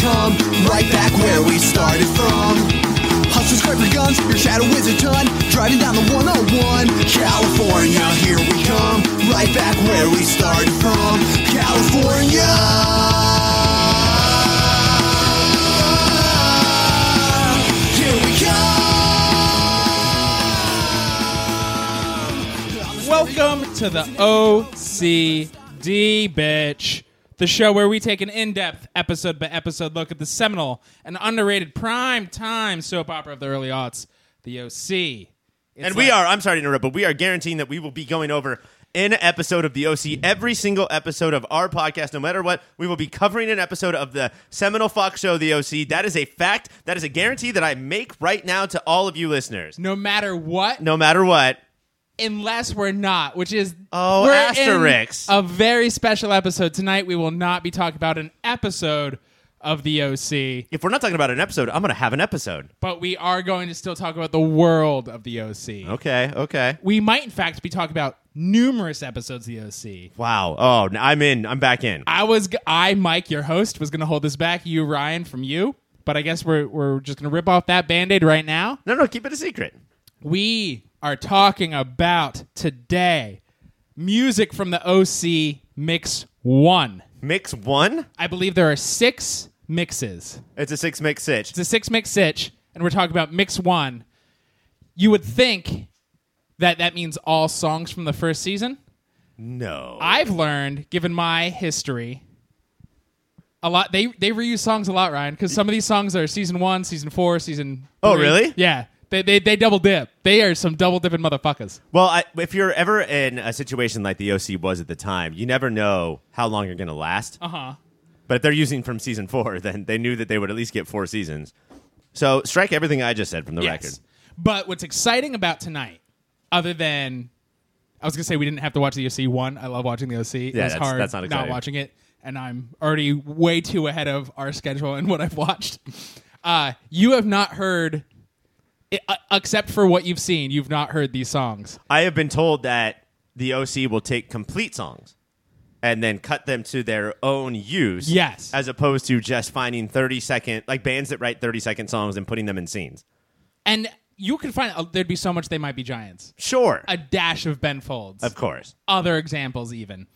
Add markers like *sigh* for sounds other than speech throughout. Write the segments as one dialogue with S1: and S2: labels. S1: dumb. Right back where we started from. Hustle, scrape your guns, your shadow is a ton. Driving down the 101. California, here we come. Right back where we started from. California! Here we come!
S2: Welcome to the OCD, bitch. The show where we take an in depth, episode by episode look at the seminal and underrated prime time soap opera of the early aughts, The OC. It's
S3: and we
S2: like-
S3: are, I'm sorry to interrupt, but we are guaranteeing that we will be going over an episode of the OC every single episode of our podcast, no matter what. We will be covering an episode of the seminal Fox show, The OC. That is a fact. That is a guarantee that I make right now to all of you listeners.
S2: No matter what,
S3: No matter what.
S2: unless we're not, which is
S3: Oh,
S2: we're
S3: asterisk.
S2: in a very special episode tonight. We will not be talking about an episode of the OC,
S3: If we're not talking about an episode, I'm going to have an episode.
S2: but we are going to still talk about the world of the OC.
S3: Okay, okay.
S2: We might, in fact, be talking about numerous episodes of the OC.
S3: Wow. Oh, n- I'm in. I'm back in.
S2: I was, g- I, Mike, your host, was going to hold this back. You, Ryan, from you. But I guess we're, we're just going to rip off that band aid right now.
S3: No, no, keep it a secret.
S2: We are talking about today music from the OC Mix 1.
S3: Mix one.
S2: I believe there are six mixes.
S3: It's a six mix sitch.
S2: It's a six mix sitch, and we're talking about mix one. You would think that that means all songs from the first season.
S3: No.
S2: I've learned, given my history, a lot. They they reuse songs a lot, Ryan, because some of these songs are season one, season four, season.
S3: Oh,
S2: three.
S3: really?
S2: Yeah. They, they, they double dip. They are some double dipping motherfuckers.
S3: Well, I, if you're ever in a situation like the OC was at the time, you never know how long you're going to last.
S2: Uh huh.
S3: But if they're using from season four, *laughs* then they knew that they would at least get four seasons. So strike everything I just said from the record.
S2: But what's exciting about tonight, other than I was gonna say we didn't have to watch the OC one. I love watching the OC. it
S3: Yeah,
S2: was
S3: that's-
S2: hard
S3: that's not exciting.
S2: watching it, and I'm already way too ahead of our schedule and what I've watched. Uh, you have not heard, i- uh, except for what you've seen, you've not heard these songs.
S3: I have been told that the OC will take complete songs and then cut them to their own use.
S2: Yes.
S3: As opposed to just finding 30 second, like bands that write 30 second songs and putting them in scenes.
S2: And you can find uh, there'd be so much they might be giants.
S3: Sure.
S2: A dash of Ben Folds.
S3: of course.
S2: other examples even.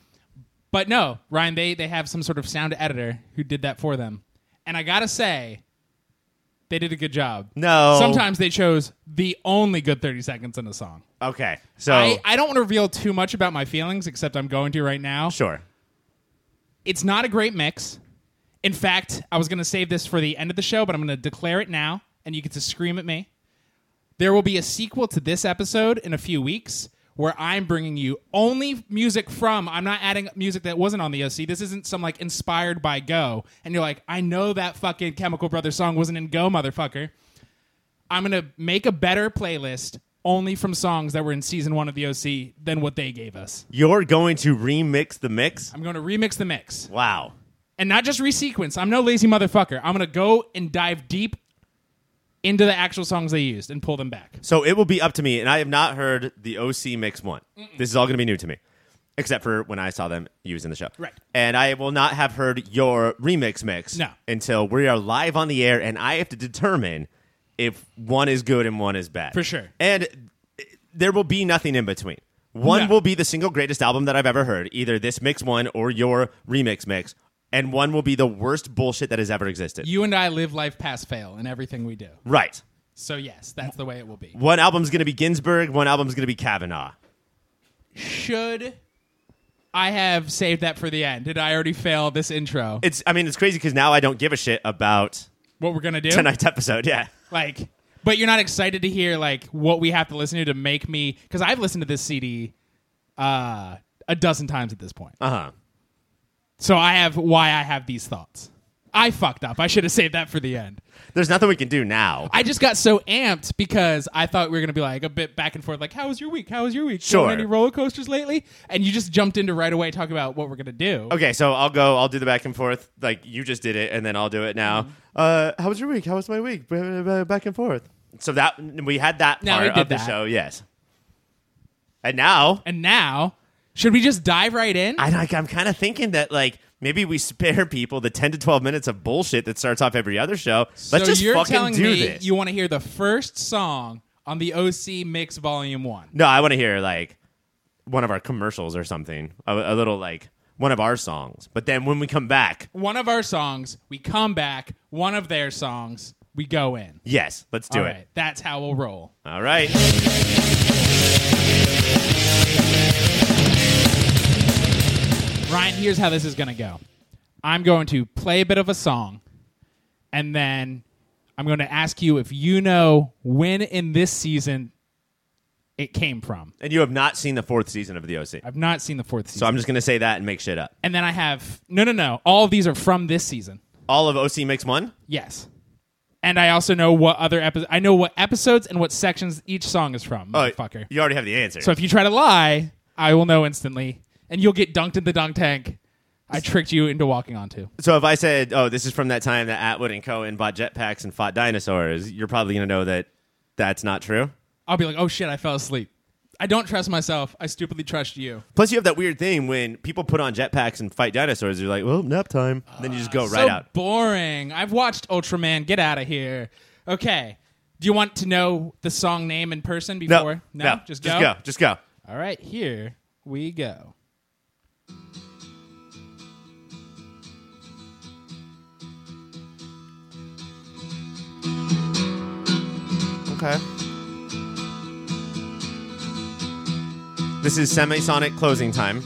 S2: But no, Ryan, they they have some sort of sound editor who did that for them. And I gotta say, they did a good job.
S3: No.
S2: Sometimes they chose the only good 30 seconds in a song.
S3: Okay. So,
S2: I, I don't want to reveal too much about my feelings, except I'm going to right now.
S3: sure.
S2: It's not a great mix. In fact, I was going to save this for the end of the show, but I'm going to declare it now, and you get to scream at me. There will be a sequel to this episode in a few weeks where I'm bringing you only music from. I'm not adding music that wasn't on the OC. This isn't some like inspired by Go. And you're like, I know that fucking Chemical Brothers song wasn't in Go, motherfucker. I'm going to make a better playlist only from songs that were in season one of the OC than what they gave us.
S3: You're going to remix the mix?
S2: I'm going to remix the mix
S3: Wow.
S2: and not just resequence. I'm no lazy motherfucker. I'm gonna go and dive deep into the actual songs they used and pull them back.
S3: So it will be up to me, and I have not heard the OC Mix One. This is all going to be new to me, except for when I saw them used in the show.
S2: Right.
S3: And I will not have heard your remix mix
S2: No.
S3: until we are live on the air, and I have to determine if one is good and one is bad.
S2: For sure.
S3: And uh, there will be nothing in between. One
S2: No.
S3: will be the single greatest album that I've ever heard, either this Mix One or your remix mix, and one will be the worst bullshit that has ever existed.
S2: You and I live life pass fail in everything we do.
S3: right.
S2: So yes, that's the way it will be.
S3: One album's going to be Ginsberg, one album's going to be Kavanaugh.
S2: Should I have saved that for the end? Did I already fail this intro?
S3: It's. I mean, it's crazy because now I don't give a shit about
S2: what we're gonna do?
S3: tonight's episode. *laughs* Yeah.
S2: Like, but you're not excited to hear like what we have to listen to to make me because I've listened to this CD uh, a dozen times at this point.
S3: Uh huh.
S2: So I have why I have these thoughts. I fucked up. I should have saved that for the end.
S3: There's nothing we can do now.
S2: I just got so amped because I thought we were gonna be like a bit back and forth, like how was your week? How was your week?
S3: Sure.
S2: Going any roller coasters lately? And you just jumped into right away talking about what we're gonna do.
S3: Okay, so I'll go. I'll do the back and forth. Like you just did it, and then I'll do it now. Uh, how was your week? How was my week? Back and forth. So that we had that
S2: Now
S3: part
S2: we did
S3: of the
S2: that.
S3: show. Yes. And now
S2: And now, should we just dive right in?
S3: I, like, I'm kind of thinking that like Maybe we spare people the 10 to 12 minutes of bullshit that starts off every other show. Let's
S2: so
S3: just
S2: you're
S3: fucking
S2: telling
S3: do
S2: me
S3: this.
S2: you want to hear the first song on the OC Mix Volume One?
S3: no, I want to hear like one of our commercials or something, a, a little like one of our songs. But then when we come back,
S2: One of our songs, we come back. One of their songs, we go in.
S3: yes, let's do
S2: All
S3: it.
S2: right, that's how we'll roll.
S3: All right.
S2: Ryan, here's how this is going to go. I'm going to play a bit of a song, and then I'm going to ask you if you know when in this season it came from.
S3: And you have not seen the fourth season of The OC.
S2: I've not seen the fourth season.
S3: So I'm just going to say that and make shit up.
S2: and then I have no, no, no. All of these are from this season.
S3: All of OC Mix 1?
S2: Yes. And I also know what other episodes. I know what episodes and what sections each song is from.
S3: Oh,
S2: Motherfucker.
S3: You already have the answer.
S2: So if you try to lie, I will know instantly, and you'll get dunked in the dunk tank. I tricked you into walking onto.
S3: So if I said, "Oh, this is from that time that Atwood and Cohen bought jetpacks and fought dinosaurs," you're probably going to know that that's not true.
S2: I'll be like, oh shit, I fell asleep. I don't trust myself. I stupidly trust you.
S3: Plus, you have that weird thing when people put on jetpacks and fight dinosaurs. You're like, "Well, nap time." then you just go right
S2: Uh, so
S3: out.
S2: boring. I've watched Ultraman. Get out of here. Okay. Do you want to know the song name in person
S3: No,
S2: before?
S3: no,
S2: Just
S3: just
S2: go?
S3: go, just go.
S2: All right, here we go.
S3: Okay. This is semisonic closing time,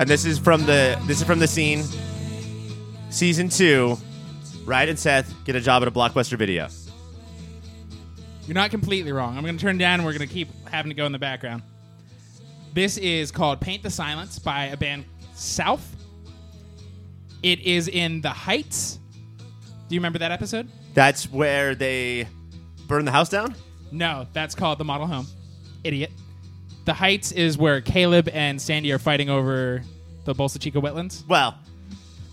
S3: and this is from the this is from the scene, season two. Ryan and Seth get a job at a blockbuster video.
S2: You're not completely wrong. I'm going to turn down and we're going to keep having to go in the background. This is called Paint the Silence by a band South. It is in The Heights. Do you remember that episode?
S3: That's where they burn the house down.
S2: No, that's called The Model Home. Idiot. The Heights is where Caleb and Sandy are fighting over the Bolsa Chica wetlands.
S3: Well,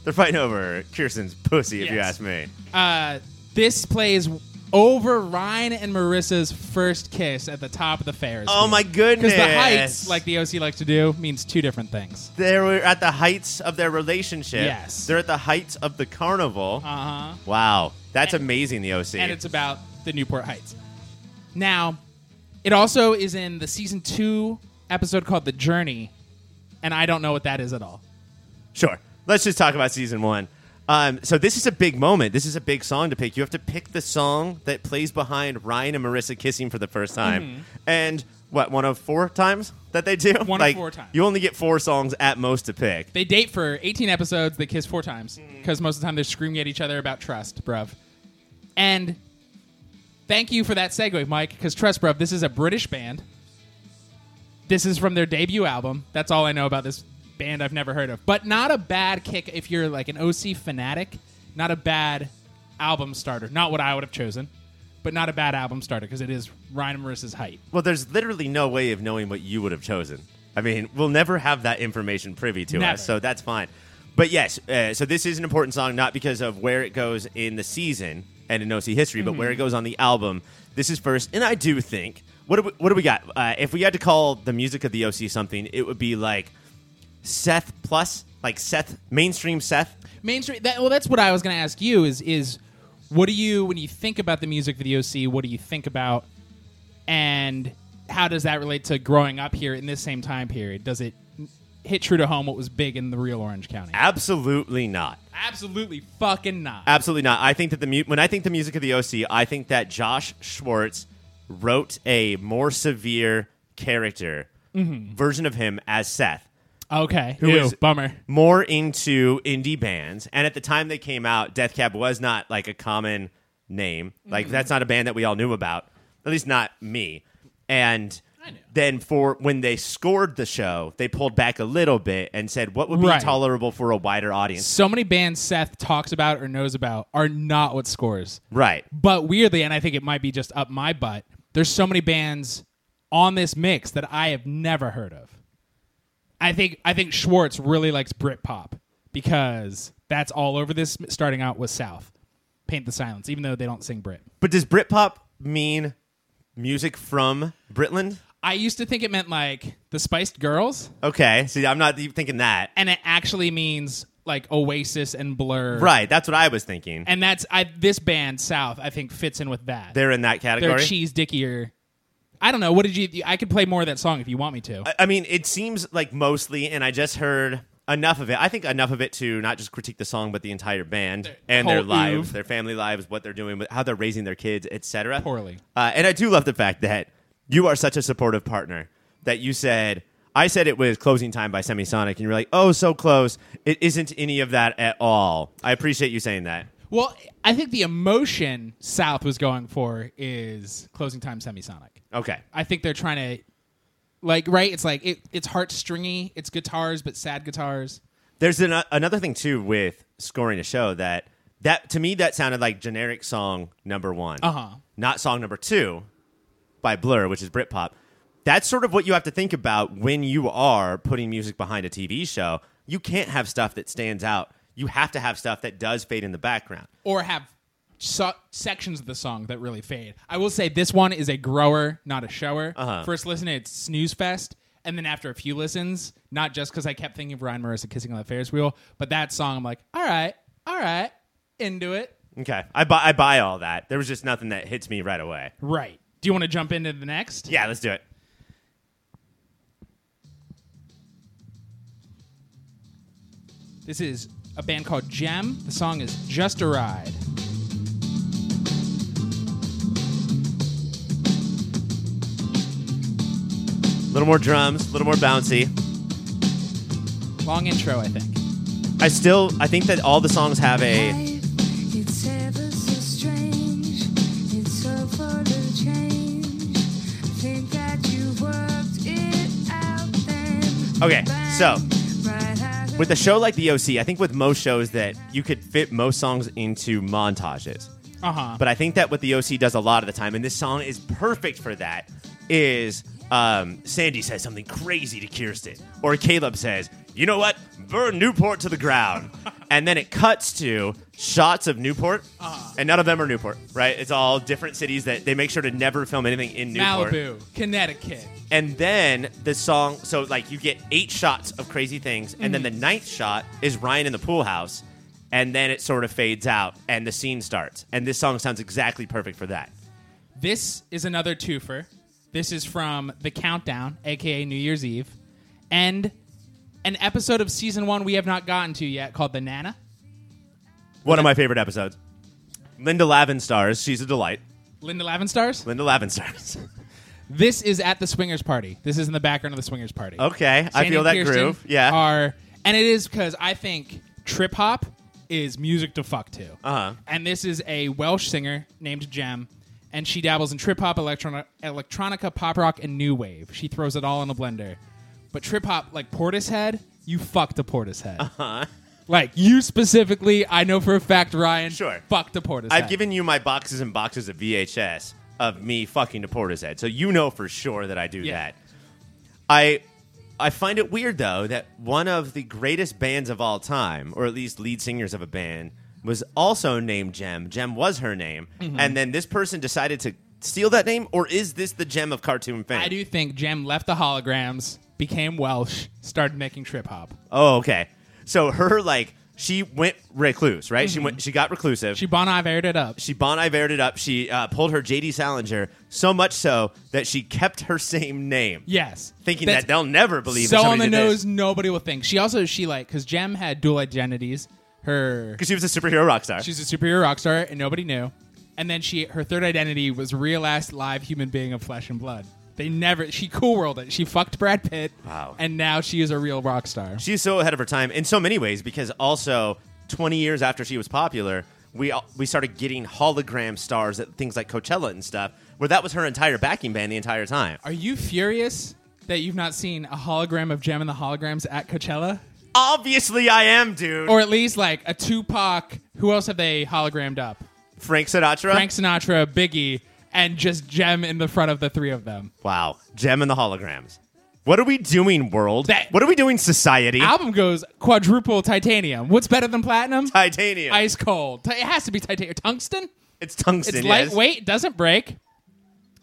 S3: they're fighting over Kirsten's pussy, if you
S2: Yes.
S3: ask me.
S2: Uh, this plays over Ryan and Marissa's first kiss at the top of the Ferris.
S3: Oh my goodness!
S2: Because the heights, like the OC likes to do, means two different things.
S3: they were at the heights of their relationship.
S2: Yes.
S3: they're at the heights of the carnival.
S2: Uh huh.
S3: wow, that's
S2: And-
S3: amazing. The OC.
S2: And it's about the Newport Heights. Now, it also is in the season two episode called The Journey, and I don't know what that is at all.
S3: sure. Let's just talk about season one. Um, so this is a big moment. This is a big song to pick. You have to pick the song that plays behind Ryan and Marissa kissing for the first time. And what one of four times that they do?
S2: Mm-hmm. One of
S3: like,
S2: four times.
S3: You only get four songs at most to pick.
S2: They date for 18 episodes, they kiss four times, because most of the time they're screaming at each other about trust, bruv. And thank you for that segue, Mike, because trust, bruv, this is a British band. This is from their debut album. That's all I know about this band I've never heard of. But not a bad kick if you're like an OC fanatic. Not a bad album starter. Not what I would have chosen, but not a bad album starter because it is Ryan and Marissa's height.
S3: Well, there's literally no way of knowing what you would have chosen. I mean, we'll never have that information privy to
S2: Never.
S3: us, so that's fine. But yes, uh, so this is an important song, not because of where it goes in the season and in OC history, but where it goes on the album. This is first, and I do think what do we, what do we got? Uh, if we had to call the music of the OC something, it would be like Seth plus, like Seth mainstream Seth.
S2: mainstream that, well that's what i was going to ask you is is what do you when you think about the music video c what do you think about and how does that relate to growing up here in this same time period does it hit true to home what was big in the real orange county
S3: Absolutely not.
S2: absolutely fucking not
S3: Absolutely not. I think that the mu- when I think the music of the OC, I think that Josh Schwartz wrote a more severe character
S2: Mm-hmm.
S3: version of him as Seth.
S2: okay
S3: Who
S2: Ew,
S3: is-
S2: bummer
S3: More into indie bands, and at the time they came out, Death Cab was not like a common name. Like
S2: Mm-hmm.
S3: that's not a band that we all knew about, at least not me. And
S2: I knew.
S3: then for when they scored the show, they pulled back a little bit and said what would be
S2: Right.
S3: tolerable for a wider audience.
S2: so many bands seth talks about or knows about are not what scores
S3: Right.
S2: But weirdly, and I think it might be just up my butt, there's so many bands on this mix that I have never heard of. I think I think Schwartz really likes Britpop because that's all over this starting out with South. Paint the Silence, even though they don't sing Brit.
S3: But does Britpop mean music from Britland?
S2: I used to think it meant like the Spiced Girls,
S3: Okay, see, I'm not even thinking that.
S2: and it actually means like Oasis and Blur,
S3: Right, that's what I was thinking.
S2: And that's I this band South I think fits in with that.
S3: They're in that
S2: They're
S3: category.
S2: cheese dickier. I don't know. What did you? I could play more of that song if you want me to.
S3: I- I mean, it seems like mostly, and I just heard enough of it. I think enough of it to not just critique the song, but the entire band and their
S2: whole
S3: lives,
S2: oeuvre.
S3: their family lives, what they're doing, how they're raising their kids, etc.
S2: Poorly.
S3: Uh, and I do love the fact that you are such a supportive partner that you said. I said it was closing time by Semisonic, and you're like, "Oh, so close! It isn't any of that at all." I appreciate you saying that.
S2: well, I think the emotion South was going for is closing time semisonic.
S3: Okay,
S2: I think they're trying to, like, right? It's like it, it's heart stringy. It's guitars, but sad guitars.
S3: There's an, uh, another thing too with scoring a show that that to me that sounded like generic song number one,
S2: Uh-huh.
S3: not song number two by Blur, which is Britpop. That's sort of what you have to think about when you are putting music behind a TV show. You can't have stuff that stands out. You have to have stuff that does fade in the background.
S2: or have so- sections of the song that really fade. I will say this one is a grower, not a shower. First listen, it's snooze fest, and then after a few listens, not just because I kept thinking of Ryan Marissa kissing on the Ferris wheel, but that song, I'm like, all right, all right, into it,
S3: Okay, I buy I buy all that. There was just nothing that hits me right away.
S2: right. Do you want to jump into the next?
S3: Yeah, let's do it.
S2: This is a band called Gem. The song is Just a Ride.
S3: A little more drums, a little more bouncy.
S2: Long intro, I think.
S3: I still I think that all the songs have a
S4: It's ever so strange. It's so full of change. I think that you worked it out then.
S3: Okay, so,
S4: Right out of
S3: With a show like the OC, I think with most shows that you could fit most songs into montages.
S2: Uh huh.
S3: But I think that what the OC does a lot of the time, and this song is perfect for that, is um, Sandy says something crazy to Kirsten, or Caleb says, "You know what? Burn Newport to the ground," and then it cuts to shots of Newport, and none of them are Newport, right? It's all different cities that they make sure to never film anything in Newport
S2: Malibu, Connecticut.
S3: and then the song so like you get eight shots of crazy things and then the ninth shot is ryan in the pool house and then it sort of fades out and the scene starts and this song sounds exactly perfect for that
S2: This is another twofer. This is from The Countdown, aka New Year's Eve, and an episode of season one we have not gotten to yet called The Nana.
S3: one of my favorite episodes linda lavin stars she's a delight
S2: Linda Lavenstars.
S3: linda lavin stars *laughs*
S2: This is at the swingers party. This is in the background of the swingers party.
S3: okay i
S2: Sandy and
S3: feel that
S2: Kirsten
S3: groove yeah
S2: Are and it is because I think trip hop is music to fuck to.
S3: Uh-huh.
S2: And this is a Welsh singer named Jem, and she dabbles in trip hop, electronic, electronica, pop rock, and new wave. She throws it all in a blender. But trip hop, like Portishead, you fucked a Portishead. Uh-huh. Like you specifically, I know for a fact, Ryan.
S3: Sure.
S2: Fucked a Portishead.
S3: i've given you my boxes and boxes of vhs of me fucking to porter's head so you know for sure that i do
S2: Yeah.
S3: that I I find it weird though that one of the greatest bands of all time, or at least lead singers of a band, was also named Gem. Gem was her name,
S2: Mm-hmm.
S3: and then this person decided to steal that name, or is this the gem of cartoon fame?
S2: I do think Jem left the holograms, became Welsh, started making trip hop.
S3: Oh, okay. So her like she went recluse, right? She
S2: Mm-hmm.
S3: went. She got reclusive.
S2: She Bon Ivered it up.
S3: she Bon Ivered it up. She uh, pulled her J.D. Salinger so much so that she kept her same name,
S2: Yes,
S3: thinking
S2: That's
S3: that they'll never believe.
S2: so
S3: that
S2: on
S3: somebody
S2: the
S3: did
S2: nose
S3: this.
S2: nobody will think she also she like because jem had dual identities her
S3: 'Cause she was a superhero rock star.
S2: she's a superhero rock star and nobody knew and then she her third identity was real ass live human being of flesh and blood they never she cool world it she fucked brad pitt
S3: Wow.
S2: and now she is a real rock star
S3: She's so ahead of her time in so many ways because also 20 years after she was popular, we all- we started getting hologram stars at things like Coachella and stuff, where that was her entire backing band the entire time.
S2: are you furious that you've not seen a hologram of jem and the holograms at coachella
S3: Obviously, I am, dude.
S2: or at least like a tupac who else have they hologrammed up
S3: Frank Sinatra.
S2: frank sinatra biggie and just jem in the front of the three of them
S3: wow, Gem and the holograms. What are we doing, world?
S2: That-
S3: what are we doing, society?
S2: album goes quadruple titanium. What's better than platinum?
S3: Titanium.
S2: Ice cold. Ti- It has to be titanium. Tungsten.
S3: it's tungsten.
S2: It's
S3: yes.
S2: lightweight. Doesn't break.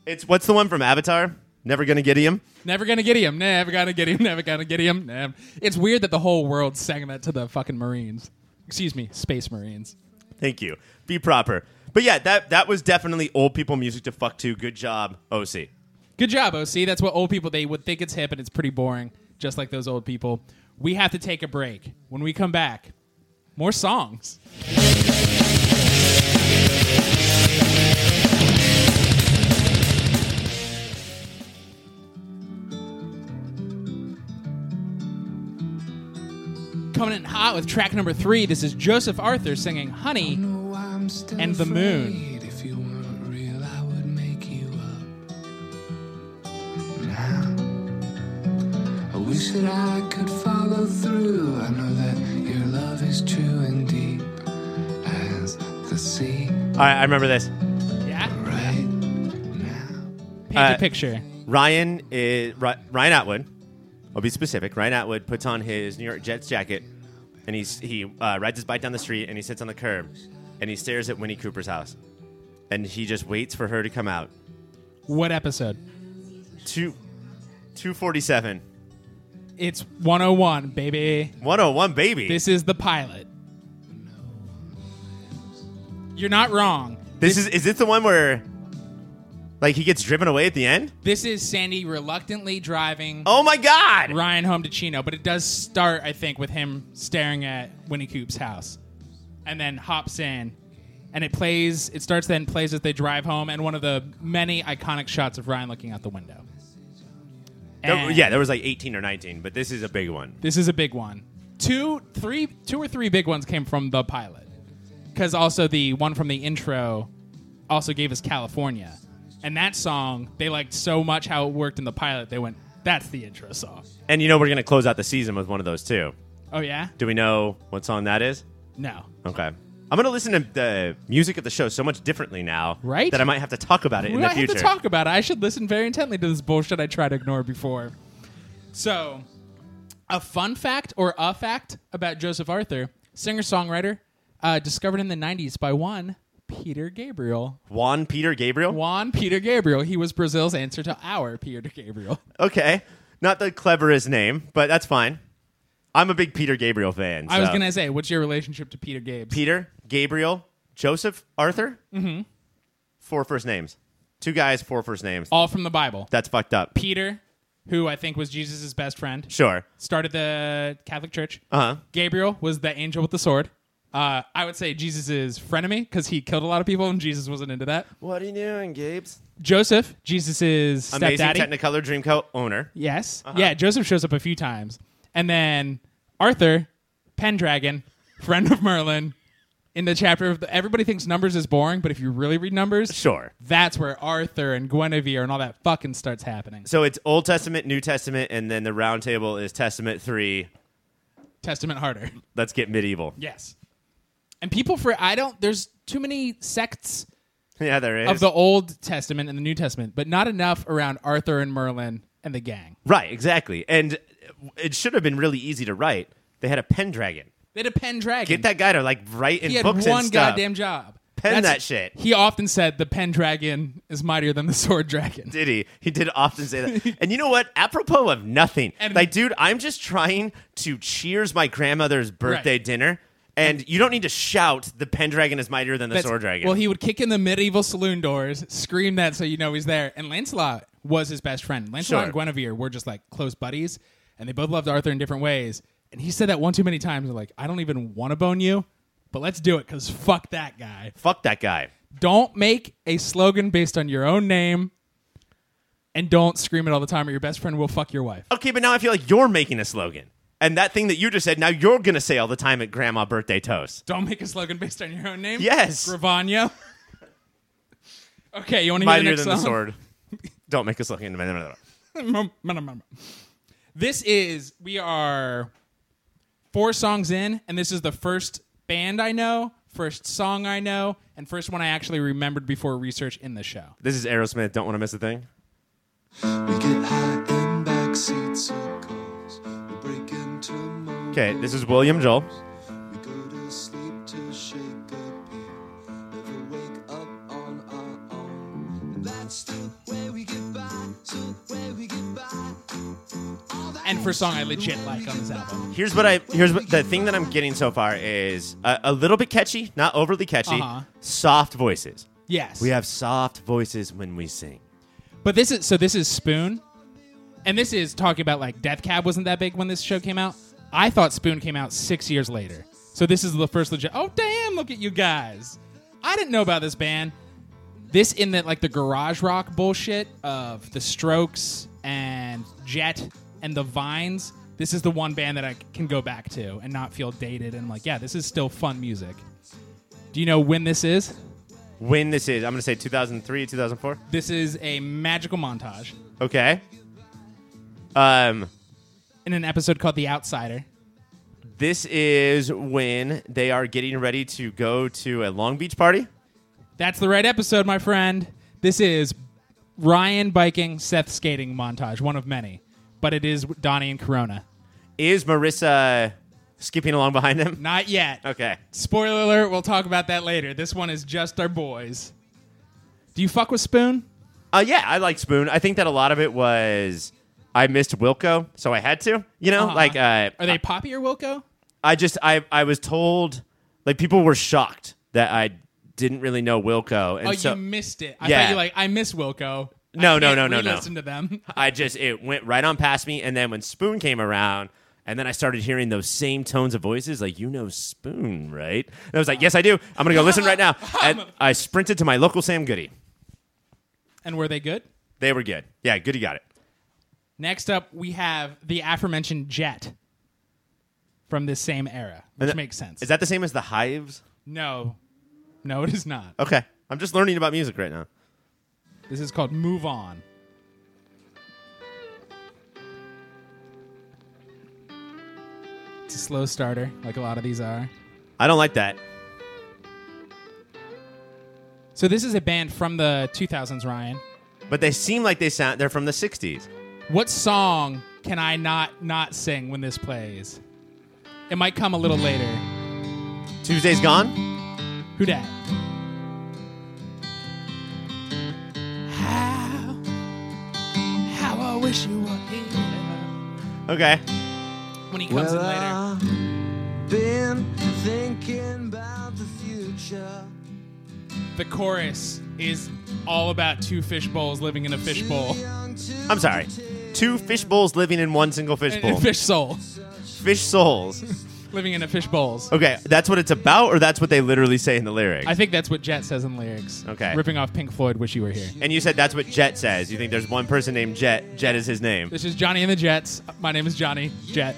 S3: It's what's the one from Avatar? Never gonna get him.
S2: Never gonna get him. Never gonna get him. Never gonna get him. Never. It's weird that the whole world sang that to the fucking Marines. Excuse me, Space Marines.
S3: Thank you. Be proper. But yeah, that that was definitely old people music to fuck to. Good job, OC.
S2: Good job, OC. That's what old people they would think it's hip and it's pretty boring, just like those old people. We have to take a break. When we come back, more songs. Coming in hot with track number three. This is Joseph Arthur singing Honey.
S5: know Oh, I'm still
S2: And the moon.
S5: afraid. If you weren't real, I would make you up. Now, I wish that I could follow through. I know that your love is true and deep as the sea
S3: All right, I remember this.
S2: Yeah?
S5: right now.
S2: Paint
S3: Uh,
S2: a picture.
S3: Ryan is Ry- Ryan Atwood. I'll be specific. Ryan Atwood puts on his New York Jets jacket, and he's he uh, rides his bike down the street, and he sits on the curb, and he stares at Winnie Cooper's house, and he just waits for her to come out.
S2: What episode?
S3: Two, two forty seven.
S2: It's 101, baby.
S3: 101 baby. This,
S2: This is the pilot. You're not wrong.
S3: is is this the one where like he gets driven away at the end?
S2: This is Sandy reluctantly driving
S3: Oh my god.
S2: Ryan home to Chino, but it does start, I think, with him staring at Winnie Coop's house and then hops in. And it plays, it starts then plays as they drive home, and one of the many iconic shots of Ryan looking out the window.
S3: There-
S2: And-
S3: yeah, there was like 18 or 19, but this is a big one.
S2: This is a big one. Two, three, two or three big ones came from the pilot, because also the one from the intro also gave us California, and that song they liked so much how it worked in the pilot they went that's the intro song.
S3: And you know we're going to close out the season with one of those too.
S2: Oh yeah,
S3: Do we know what song that is?
S2: no,
S3: Okay. I'm going to listen to the music of the show so much differently now
S2: Right?
S3: that I might have to talk about it
S2: we
S3: in the
S2: might have
S3: future.
S2: to talk about it. I should listen very intently to this bullshit I tried to ignore before. So, a fun fact or a fact about Joseph Arthur, singer songwriter, uh, discovered in the '90s by one Peter Gabriel.
S3: Juan Peter Gabriel?
S2: Juan Peter Gabriel. He was Brazil's answer to our Peter Gabriel.
S3: Okay. Not the cleverest name, but that's fine. I'm a big Peter Gabriel fan.
S2: I was
S3: so-
S2: going to say, what's your relationship to Peter Gabes?
S3: Peter, Gabriel, Joseph, Arthur. Mhm.
S2: Mm-hmm.
S3: Four first names. Two guys, four first names.
S2: All from the Bible.
S3: That's fucked up.
S2: Peter, who I think was Jesus' best friend,
S3: Sure.
S2: started the Catholic Church.
S3: Uh-huh.
S2: Gabriel was the angel with the sword. Uh, I would say Jesus' frenemy because he killed a lot of people and Jesus wasn't into that.
S3: What are you doing, Gabes?
S2: Joseph, Jesus'
S3: Amazing
S2: stepdaddy.
S3: Technicolor Dreamcoat owner.
S2: Yes. Yeah, Joseph shows up a few times. And then Arthur, Pendragon, friend of Merlin, in the chapter of the, everybody thinks numbers is boring, but if you really read numbers,
S3: Sure.
S2: that's where Arthur and Guinevere and all that fucking starts happening.
S3: So it's Old Testament, New Testament, and then the round table is Testament 3.
S2: Testament harder.
S3: Let's get medieval. *laughs*
S2: Yes. And people for I don't there's too many sects
S3: Yeah, there is.
S2: of the Old Testament and the New Testament, but not enough around Arthur and Merlin and the gang.
S3: right, exactly. And it should have been really easy to write. They had a pen dragon.
S2: They had a Pendragon.
S3: Get that guy to like write in
S2: he had
S3: books
S2: one
S3: and stuff.
S2: goddamn job.
S3: Pen that shit.
S2: He often said the pen dragon is mightier than the sword dragon.
S3: did he? He did often
S2: *laughs*
S3: say that. and you know what? Apropos of nothing,
S2: And-
S3: like, dude, I'm just trying to cheers my grandmother's birthday
S2: Right.
S3: dinner, and you don't need to shout the Pendragon is mightier than the
S2: That's-
S3: Sword Dragon.
S2: Well, he would kick in the medieval saloon doors, scream that so you know he's there. And Lancelot was his best friend. Lancelot
S3: Sure.
S2: and Guinevere were just like close buddies, and they both loved Arthur in different ways. And he said that one too many times. Like, I don't even want to bone you, but let's do it because fuck that guy.
S3: Fuck that guy.
S2: Don't make a slogan based on your own name, and don't scream it all the time, or your best friend will fuck your wife.
S3: Okay, but now I feel like you're making a slogan. And that thing that you just said, now you're going to say all the time at grandma birthday toast.
S2: Don't make a slogan based on your own name.
S3: Yes.
S2: Gravano. okay, you want to hear the
S3: Mightier
S2: next
S3: than
S2: song?
S3: the sword. Don't make a slogan.
S2: *laughs* Mum, mum, mum, mum. this is we are four songs in, and this is the first band I know, first song I know, and first one I actually remembered before research in the show.
S3: This is Aerosmith. Don't want to miss a thing.
S5: We get high in backseat circles. We break into moments.
S3: Okay, this is William Joel.
S5: We go to sleep to shake a pill. Never wake up on our own. And that's the way we get by. So when
S2: and for a song I legit like on this album.
S3: Here's what I here's what, the thing that I'm getting so far is a, a little bit catchy, not overly catchy.
S2: Uh-huh.
S3: Soft voices.
S2: Yes.
S3: We have soft voices when we sing.
S2: But this is so this is Spoon, and this is talking about like Death Cab wasn't that big when this show came out. I thought Spoon came out six years later. So this is the first legit. Oh damn! Look at you guys. I didn't know about this band. This in the like the garage rock bullshit of the Strokes and Jet and the Vines. This is the one band that I can go back to and not feel dated and like, yeah, this is still fun music. Do you know when this is?
S3: When this is, I'm gonna say 2003, 2004.
S2: This is a magical montage
S3: Okay. Um,
S2: in an episode called The Outsider.
S3: this is when they are getting ready to go to a Long Beach party.
S2: That's the right episode, my friend. This is Ryan biking, Seth skating montage, one of many, but it is Donnie and Corona.
S3: Is Marissa skipping along behind them?
S2: Not yet.
S3: Okay.
S2: Spoiler alert, we'll talk about that later. This one is just our boys. Do you fuck with Spoon?
S3: Uh, yeah, I like Spoon. I think that a lot of it was I missed Wilco, so I had to. You know,
S2: Uh-huh.
S3: like uh,
S2: Are they Poppy or Wilco?
S3: I just I I was told like people were shocked that I didn't really know Wilco, and
S2: Oh,
S3: so
S2: you missed it. I
S3: Yeah.
S2: thought you like I miss Wilco. I
S3: No, no,
S2: can't
S3: no, no, no.
S2: re-listen to them. *laughs*
S3: I just it went right on past me. And then when Spoon came around, and then I started hearing those same tones of voices, like you know Spoon, right? And I was like, yes, I do. I'm gonna go listen right now. And I sprinted to my local Sam Goody.
S2: And were they good?
S3: They were good. Yeah, Goody got it.
S2: Next up, we have the aforementioned Jet from this same era, which
S3: that-
S2: makes sense.
S3: Is that the same as the Hives?
S2: no, no, it is not.
S3: Okay, I'm just learning about music right now.
S2: This is called Move On. It's a slow starter, like a lot of these are.
S3: I don't like that.
S2: So this is a band from the 2000s, Ryan.
S3: But they seem like they sound they're from the 60s.
S2: What song can I not not sing when this plays? It might come a little later.
S3: Tuesday's gone?
S2: Who dat? How, how I wish you were here.
S3: Okay.
S2: When he comes in later.
S5: I've been thinking about the future.
S2: the chorus is all about two fish bowls living in a fish bowl
S3: I'm sorry. Two fish bowls living in one
S2: *laughs*
S3: single fish bowl.
S2: and fish soul
S3: Fish souls.
S2: living in a fish bowls
S3: Okay, that's what it's about, or that's what they literally say in the lyrics.
S2: i think that's what jet says in the lyrics
S3: Okay.
S2: ripping off pink floyd wish you were here
S3: and you said that's what Jet says. You think there's one person named Jet. Jet is his name.
S2: this is johnny and the jets my name is johnny jet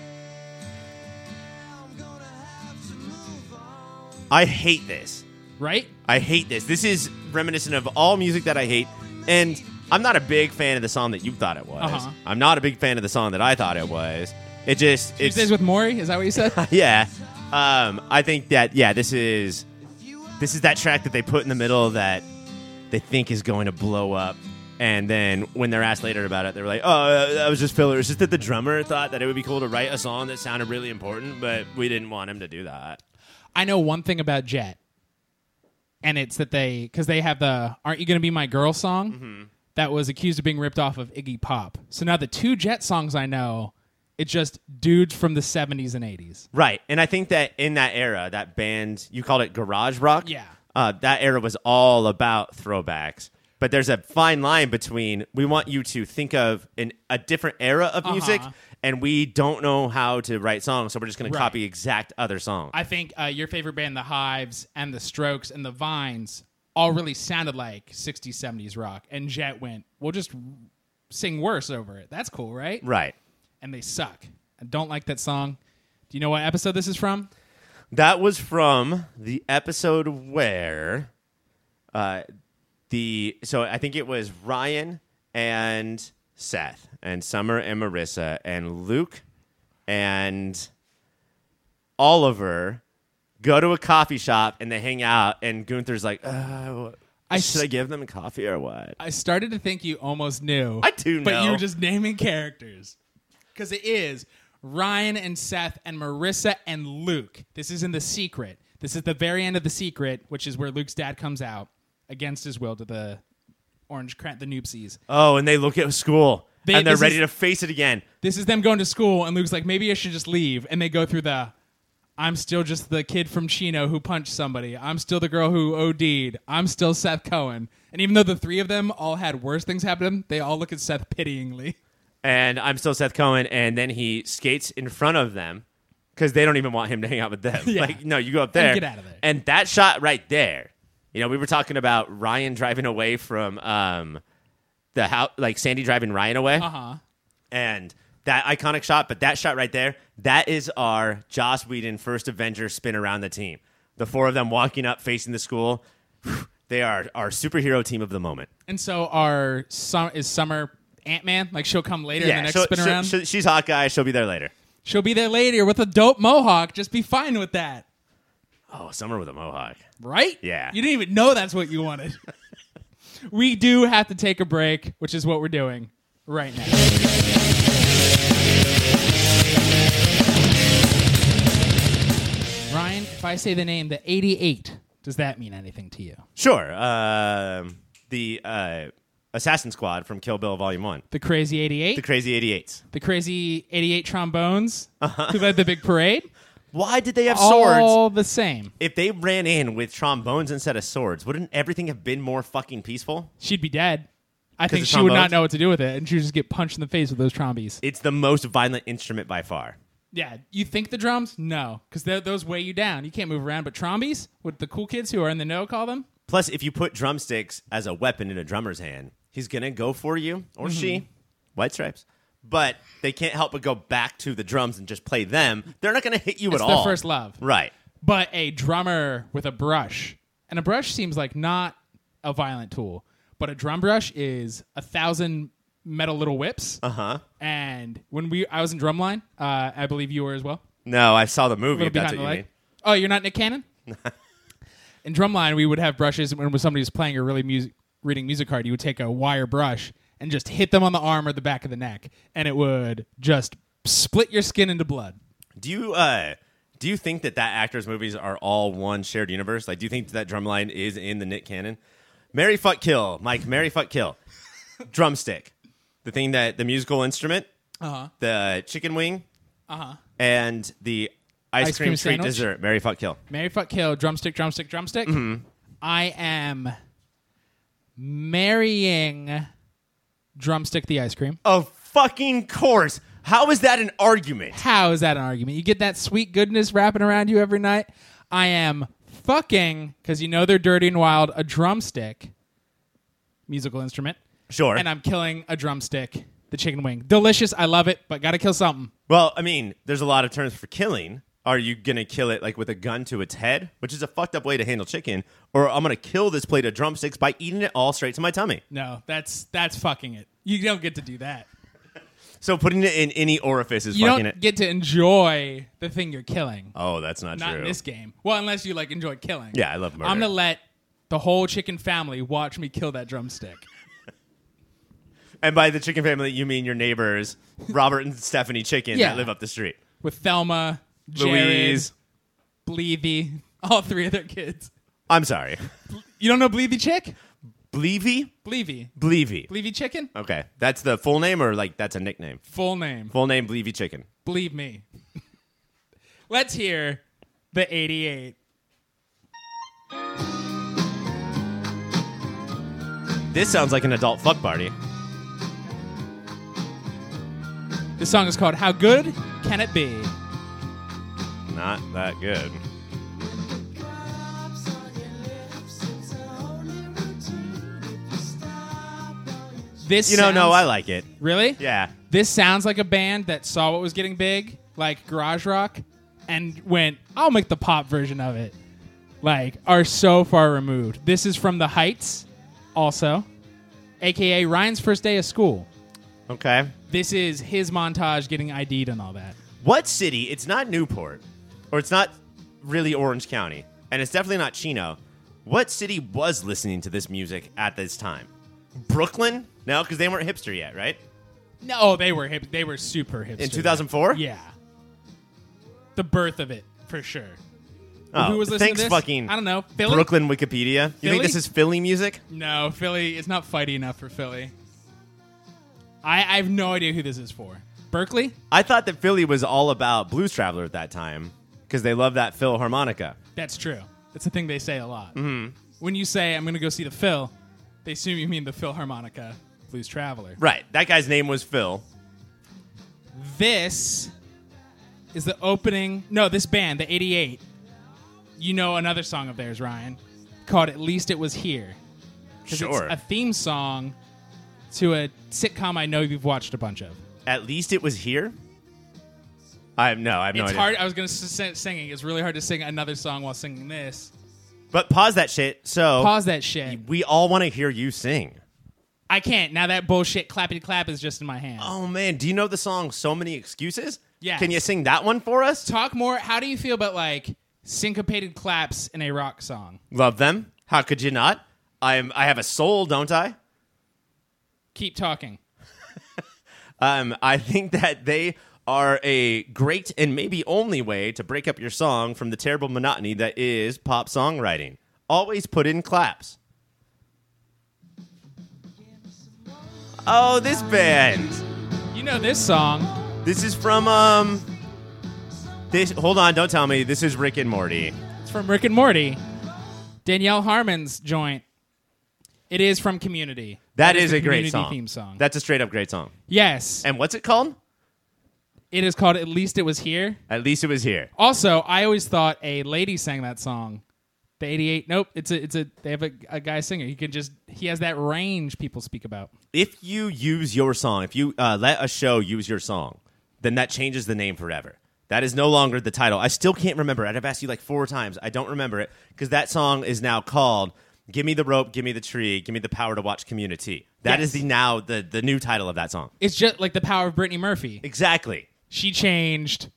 S3: I hate this.
S2: right
S3: I hate this. This is reminiscent of all music that I hate. And I'm not a big fan of the song that you thought it was.
S2: Uh-huh.
S3: I'm not a big fan of the song that I thought it was. It just it's
S2: tuesdays with maury is that what you said *laughs*
S3: *laughs* yeah. Um, I think that yeah, this is this is that track that they put in the middle that they think is going to blow up, and then when they're asked later about it, they're like, "Oh, uh, that was just filler. It's just that the drummer thought that it would be cool to write a song that sounded really important, but we didn't want him to do that."
S2: i know one thing about jet and it's that they because they have the aren't you gonna be my girl song
S3: Mm-hmm.
S2: that was accused of being ripped off of iggy pop so now the two jet songs i know it's just dudes from the 70s and 80s
S3: Right, and I think that in that era, that band you called it garage rock.
S2: Yeah.
S3: uh, that era was all about throwbacks. But there's a fine line between we want you to think of an, a different era of music,
S2: Uh-huh.
S3: and we don't know how to write songs, so we're just going
S2: Right.
S3: to copy exact other song.
S2: I think uh, your favorite band, The Hives and The Strokes and The Vines, all really sounded like 60s, 70s rock. And Jet went, we'll just sing worse over it. That's cool, right?
S3: right.
S2: And they suck. I don't like that song. Do you know what episode this is from?
S3: That was from the episode where uh, the so I think it was Ryan and Seth and Summer and Marissa and Luke and Oliver go to a coffee shop and they hang out and Gunther's like, uh,
S2: I
S3: should I
S2: s-
S3: give them a coffee or what?
S2: I started to think you almost knew.
S3: I do
S2: But you
S3: know.
S2: were just naming characters. Because it is Ryan and Seth and Marissa and Luke. This is in The Secret. This is the very end of The Secret, which is where Luke's dad comes out against his will to the Orange Cran- the Noobsies.
S3: Oh, and they look at school
S2: They-
S3: and they're
S2: this
S3: ready
S2: is-
S3: to face it again.
S2: This is them going to school, and Luke's like, maybe I should just leave. And they go through the, I'm still just the kid from Chino who punched somebody. I'm still the girl who OD'd. I'm still Seth Cohen. And even though the three of them all had worse things happen to them, they all look at Seth pityingly. *laughs*
S3: And I'm still Seth Cohen. And then he skates in front of them because they don't even want him to hang out with
S2: *laughs*
S3: them.
S2: Yeah.
S3: Like, no, you go up there.
S2: get out of there.
S3: And that shot right there, you know, we were talking about Ryan driving away from um, the house, like Sandy driving Ryan away.
S2: Uh huh.
S3: and that iconic shot, but that shot right there, that is our Joss Whedon first Avenger spin around the team. The four of them walking up, facing the school. They are our superhero team of the moment.
S2: And so our summer is summer Ant Man. Like she'll come later in the next
S3: she'll-
S2: spin
S3: she'll-
S2: around.
S3: she'll- she's Hawkeye. She'll be there later.
S2: she'll be there later with a dope mohawk. Just be fine with that,
S3: Oh, summer with a mohawk.
S2: right?
S3: Yeah.
S2: You didn't even know that's what you wanted. *laughs* we do have to take a break, which is what we're doing right now. Ryan, if I say the name the 88, does that mean anything to you?
S3: Sure. Um, the uh, Assassin Squad from Kill Bill Volume One.
S2: The crazy 88,
S3: The
S2: the,
S3: Crazy Eighty Eights.
S2: crazy 88 trombones
S3: Uh-huh.
S2: who led the big parade,
S3: Why did they have
S2: Oh.
S3: swords?
S2: all the same.
S3: If they ran in with trombones instead of swords, wouldn't everything have been more fucking peaceful?
S2: She'd be dead. I think
S3: of
S2: she would not
S3: trombones?
S2: know what to do with it, and she would just get punched in the face with those trombies.
S3: It's the most violent instrument by far.
S2: Yeah, you think the drums? No, because those weigh you down. You can't move around. But trombies, what the cool kids who are in the know call them,
S3: Plus, if you put drumsticks as a weapon in a drummer's hand, he's gonna go for you or
S2: Mm-hmm.
S3: she, white stripes. But they can't help but go back to the drums and just play them. They're not gonna hit you
S2: It's
S3: at
S2: their
S3: all.
S2: first love.
S3: right?
S2: But a drummer with a brush, and a brush seems like not a violent tool, but a drum brush is a thousand metal little whips. Uh huh.
S3: Uh-huh.
S2: And when we, I was in drumline. Uh, I believe you were as well.
S3: No, I saw the movie.
S2: little
S3: If that's
S2: behind
S3: what
S2: the
S3: you
S2: leg.
S3: mean.
S2: Oh, you're not Nick
S3: *laughs*
S2: Cannon. In drumline, we would have brushes, and when somebody was playing or really music, reading music card, you would take a wire brush and just hit them on the arm or the back of the neck, and it would just split your skin into blood.
S3: Do you uh, do you think that that actor's movies are all one shared universe? Like, do you think that drumline is in the Nick Cannon? Mary fuck kill, Mike. Mary fuck kill, drumstick, the thing that the musical instrument, uh-huh. the chicken wing, uh-huh. and the ice,
S2: Ice
S3: cream,
S2: cream
S3: treat
S2: sandwich?
S3: dessert. Mary fuck kill.
S2: Mary fuck kill, drumstick, drumstick, drumstick.
S3: Mm-hmm.
S2: I am marrying drumstick the ice cream.
S3: Of fucking course. How is that an argument?
S2: How is that an argument? You get that sweet goodness wrapping around you every night. I am fucking because you know they're dirty and wild. A drumstick, musical instrument,
S3: Sure.
S2: and I'm killing a drumstick. The chicken wing, delicious. I love it, but gotta kill something.
S3: well, I mean, there's a lot of terms for killing. Are you gonna kill it like with a gun to its head, which is a fucked up way to handle chicken, or I'm gonna kill this plate of drumsticks by eating it all straight to my tummy?
S2: No, that's that's fucking it. You don't get to do that.
S3: So putting it in any orifice is
S2: You
S3: fucking
S2: don't
S3: it.
S2: get to enjoy the thing you're killing.
S3: oh, that's not,
S2: Not
S3: true.
S2: in this game. Well, unless you like enjoy killing.
S3: Yeah, I love murder.
S2: I'm gonna let the whole chicken family watch me kill that drumstick.
S3: and by the chicken family, you mean your neighbors, Robert and Stephanie Chicken,
S2: Yeah.
S3: that live up the street.
S2: with Thelma, Jared,
S3: Louise,
S2: Bleevy, all three of their kids.
S3: I'm sorry,
S2: You don't know Bleevy Chick?
S3: Bleevy,
S2: Bleevy.
S3: Bleevy.
S2: Bleevy Chicken?
S3: Okay, that's the full name, or like that's a nickname.
S2: Full name.
S3: Full name Bleevy Chicken.
S2: Believe me. *laughs* Let's hear the 88.
S3: This sounds like an adult fuck party.
S2: This song is called How Good Can It Be?
S3: Not that good.
S2: This
S3: You know, no, I
S2: sounds-
S3: like it.
S2: Really?
S3: Yeah.
S2: This sounds like a band that saw what was getting big, like garage rock, and went, I'll make the pop version of it. Like, are so far removed. This is from The Heights, also, aka Ryan's first day of school.
S3: Okay.
S2: This is his montage getting ID'd and all that.
S3: What city? It's not Newport, or it's not really Orange County, and it's definitely not Chino. What city was listening to this music at this time? Brooklyn? No, because they weren't hipster yet, right?
S2: No, oh, they were hip. They were super hipster.
S3: In 2004?
S2: Yeah. The birth of it, for sure.
S3: Oh,
S2: Who was listening
S3: thanks,
S2: to this?
S3: fucking
S2: I don't know. Philly?
S3: Brooklyn Wikipedia. You
S2: Philly?
S3: think this is Philly music?
S2: No, Philly. It's not fighty enough for Philly. I, I have no idea who this is for. Berkeley?
S3: I thought that Philly was all about Blues Traveler at that time because they love that Phil harmonica.
S2: That's true. That's a thing they say a lot. Mm-hmm. When you say, I'm going to go see the Phil, they assume you mean the Philharmonica Blues Traveler.
S3: Right. That guy's name was Phil.
S2: This is the opening. No, this band, the 88. You know another song of theirs, Ryan, called At Least It Was Here. 'Cause
S3: Sure.
S2: It's a theme song to a sitcom I know you've watched a bunch of.
S3: At least it was here. I no, I have no
S2: it's
S3: idea.
S2: hard. I was going to sing singing. It's really hard to sing another song while singing this.
S3: But pause that shit. So
S2: Pause that shit.
S3: we all want to hear you sing.
S2: I can't. Now that bullshit clappity clap is just in my hand.
S3: Oh man, do you know the song "So Many Excuses"?
S2: Yes.
S3: Can you sing that one for us?
S2: Talk more. How do you feel about like syncopated claps in a rock song?
S3: Love them. How could you not? I'm. I have a soul, don't I?
S2: Keep talking.
S3: Um, I think *laughs* that they are a great and maybe only way to break up your song from the terrible monotony that is pop songwriting. Always put in claps. Oh, this band.
S2: You know this song.
S3: This is from um. This hold on, don't tell me this is Rick and Morty.
S2: It's from Rick and Morty. Danielle Harmon's joint. It is from Community.
S3: that is,
S2: the
S3: a great
S2: Community
S3: song.
S2: Theme song.
S3: That's a straight up great song.
S2: yes,
S3: And what's it called?
S2: it is called "At Least It Was Here."
S3: At least it was here.
S2: Also, I always thought a lady sang that song. The '88. Nope. It's a. It's a. They have a, a guy singer. He can just. He has that range people speak about.
S3: If you use your song, if you uh, let a show use your song, then that changes the name forever. That is no longer the title. I still can't remember. it. I've asked you like four times. I don't remember it because that song is now called "Give Me the Rope, Give Me the Tree, Give Me the Power to Watch Community." That
S2: Yes.
S3: is the now the the new title of that song.
S2: It's just like the power of Brittany Murphy.
S3: Exactly.
S2: she changed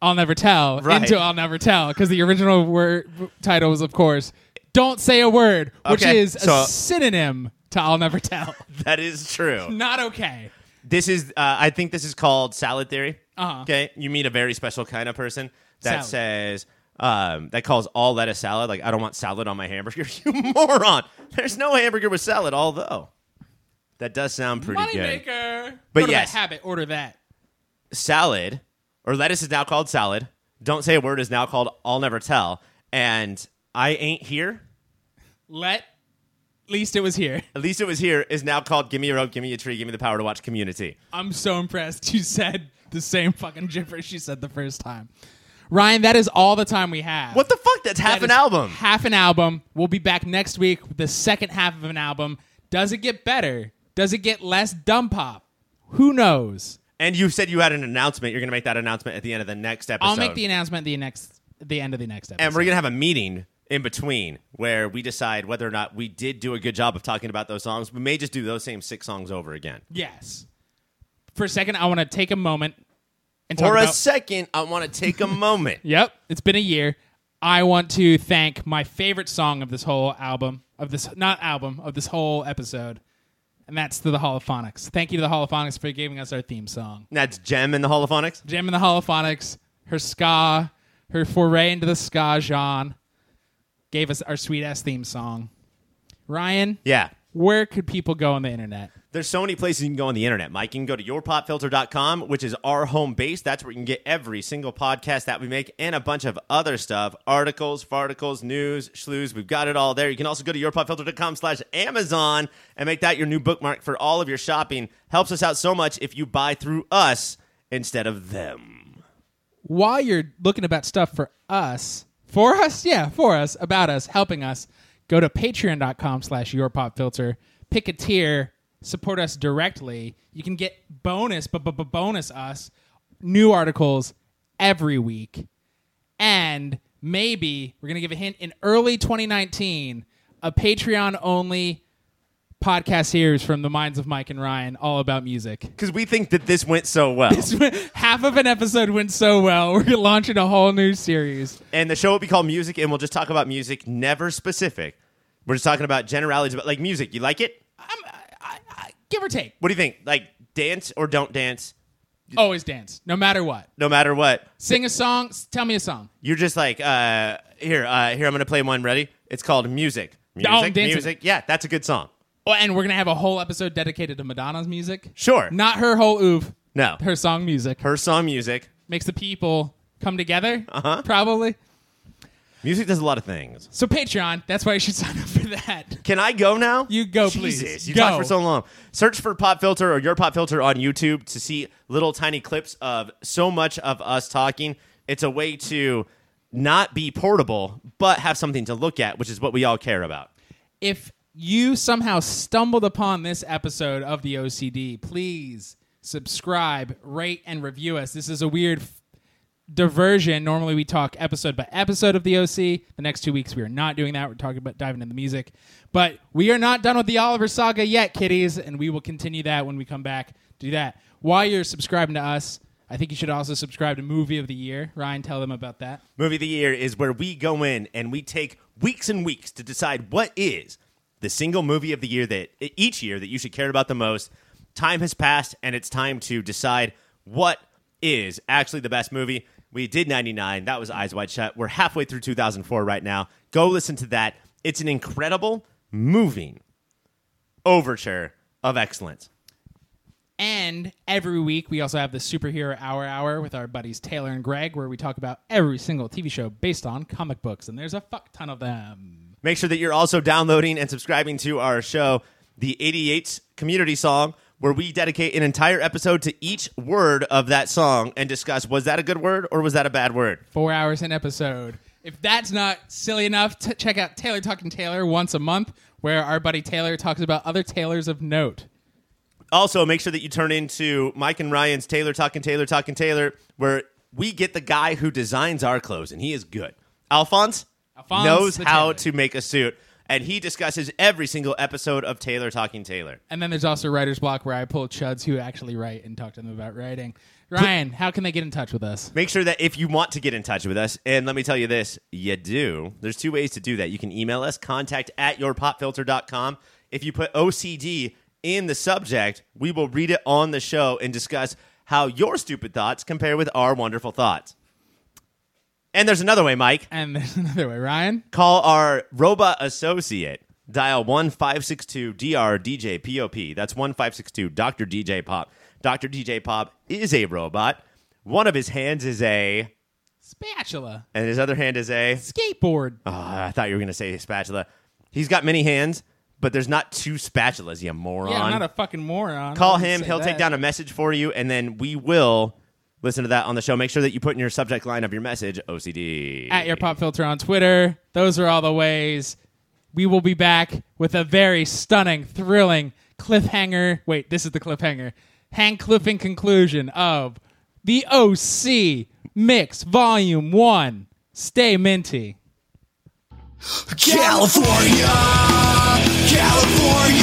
S2: I'll Never Tell
S3: Right.
S2: into I'll Never Tell because the original word title was, of course, Don't Say a Word, which
S3: Okay,
S2: is a
S3: so- uh,
S2: synonym to I'll Never Tell. *laughs*
S3: That is true.
S2: Not okay.
S3: This is, uh, I think this is called salad theory.
S2: Uh-huh.
S3: Okay. You meet a very special kind of person that
S2: Salad.
S3: says, um, that calls all lettuce salad. Like, I don't want salad on my hamburger. *laughs* you moron. There's no hamburger with salad, although that does sound pretty
S2: Moneymaker.
S3: good.
S2: But
S3: But
S2: Go to
S3: yes.
S2: that habit, order that.
S3: Salad or lettuce is now called salad. Don't say a word is now called I'll never tell. And I ain't here.
S2: Let least it was here. *laughs*
S3: At least it was here is now called Give Me a Rope, Give Me a Tree, Give Me the Power to Watch Community.
S2: I'm so impressed. You said the same fucking gibberish you said the first time. Ryan, that is all the time we have.
S3: What the fuck? That's half
S2: That
S3: an
S2: is
S3: album.
S2: Half an album. We'll be back next week with the second half of an album. Does it get better? Does it get less dumb pop? Who knows?
S3: And you said you had an announcement. You're going to make that announcement at the end of the next episode.
S2: I'll make the announcement the next the end of the next episode.
S3: and we're going to have a meeting in between where we decide whether or not we did do a good job of talking about those songs. We may just do those same six songs over again.
S2: yes. For a second, I want to take a moment and talk
S3: For a
S2: about.
S3: second, I want to take a moment.
S2: *laughs* yep, it's been a year. I want to thank my favorite song of this whole album of this not album of this whole episode, and that's to the Holophonics. Thank you to the Holophonics for giving us our theme song.
S3: That's Gem and the Holophonics.
S2: Jam and the Holophonics, her ska, her foray into the ska genre, gave us our sweet ass theme song. Ryan,
S3: Yeah.
S2: where could people go on the internet?
S3: There's so many places you can go on the internet, Mike. You can go to yourpopfilter.com, which is our home base. That's where you can get every single podcast that we make and a bunch of other stuff articles, farticles, news, schlews. We've got it all there. You can also go to yourpopfilter.com slash Amazon and make that your new bookmark for all of your shopping. Helps us out so much if you buy through us instead of them.
S2: While you're looking about stuff for us, for us, yeah, for us, about us, helping us, go to patreon.com slash your pop filter, pick a tier, support us directly. You can get bonus, but bonus us, new articles every week. and maybe we're going to give a hint in early 2019 a patreon only podcast series from the minds of mike and ryan all about music
S3: Because we think that this went so well.
S2: *laughs* half of an episode went so well *laughs* we're launching a whole new series
S3: and the show will be called Music, and we'll just talk about music, never specific. We're just talking about generalities, about like music. You like it?
S2: give or take
S3: What do you think? Like dance or don't dance?
S2: always dance no matter what
S3: No matter what,
S2: sing a song s- tell me a song
S3: you're just like uh, here. Uh, here, I'm gonna play one. Ready? It's called music. Music.
S2: I'm dancing.
S3: music. Yeah, that's a good song.
S2: Oh, and we're gonna have a whole episode dedicated to Madonna's music.
S3: Sure.
S2: Not her whole oof.
S3: No.
S2: Her song music
S3: Her song music.
S2: makes the people come together. Uh-huh. Probably.
S3: Music does a lot of things.
S2: So Patreon. That's why you should sign up for that.
S3: Can I go now?
S2: You go, please.
S3: Jesus, you
S2: Go.
S3: talked for so long. Search for Pop Filter or Your Pop Filter on YouTube to see little tiny clips of so much of us talking. It's a way to not be portable, but have something to look at, which is what we all care about.
S2: If you somehow stumbled upon this episode of the OCD, please subscribe, rate, and review us. This is a weird f- diversion. Normally, we talk episode by episode of the OC. The next two weeks, we are not doing that. We're talking about diving into the music. But we are not done with the Oliver saga yet, kiddies, and we will continue that when we come back to do that. While you're subscribing to us, I think you should also subscribe to Movie of the Year. Ryan, tell them about that.
S3: Movie of the Year is where we go in and we take weeks and weeks to decide what is the single movie of the year that each year that you should care about the most. Time has passed and it's time to decide what is actually the best movie. We did 99, that was Eyes Wide Shut. We're halfway through 2004 right now. Go listen to that. It's an incredible, moving overture of excellence.
S2: And every week, we also have the Superhero Hour Hour with our buddies Taylor and Greg, where we talk about every single TV show based on comic books. And there's a fuck ton of them.
S3: Make sure that you're also downloading and subscribing to our show, the 88's Community Song, where we dedicate an entire episode to each word of that song and discuss was that a good word or was that a bad word?
S2: Four hours an episode. If that's not silly enough, t- check out Taylor Talking Taylor once a month, where our buddy Taylor talks about other Taylors of note.
S3: Also, make sure that you turn into Mike and Ryan's Taylor Talking Taylor Talking Taylor, where we get the guy who designs our clothes, and he is good. Alphonse,
S2: Alphonse
S3: knows
S2: the
S3: how
S2: tailor.
S3: to make a suit, and he discusses every single episode of Taylor Talking Taylor.
S2: And then there's also Writer's Block, where I pull chuds who actually write and talk to them about writing. Ryan, how can they get in touch with us?
S3: Make sure that if you want to get in touch with us, and let me tell you this, you do. There's two ways to do that. You can email us, contact at yourpopfilter.com. If you put OCD in the subject, we will read it on the show and discuss how your stupid thoughts compare with our wonderful thoughts. And there's another way, Mike.
S2: And there's *laughs* another way, Ryan.
S3: Call our robot associate. Dial 1562 DR DJ POP. That's 1562 Dr. DJ Pop. Dr. DJ Pop is a robot. One of his hands is a
S2: Spatula,
S3: and his other hand is a.
S2: skateboard,
S3: Oh, I thought you were going to say spatula. He's got many hands, but there's not two spatulas, you moron.
S2: Yeah, I'm not a fucking moron.
S3: Call
S2: I wouldn't
S3: him.
S2: say
S3: He'll take
S2: that.
S3: down a message for you, and then we will listen to that on the show. Make sure that you put in your subject line of your message OCD.
S2: at your pop filter on Twitter. Those are all the ways. We will be back with a very stunning, thrilling cliffhanger. Wait, this is the cliffhanger. Hank Cliffing conclusion of the OC Mix Volume 1. Stay minty.
S1: California, California.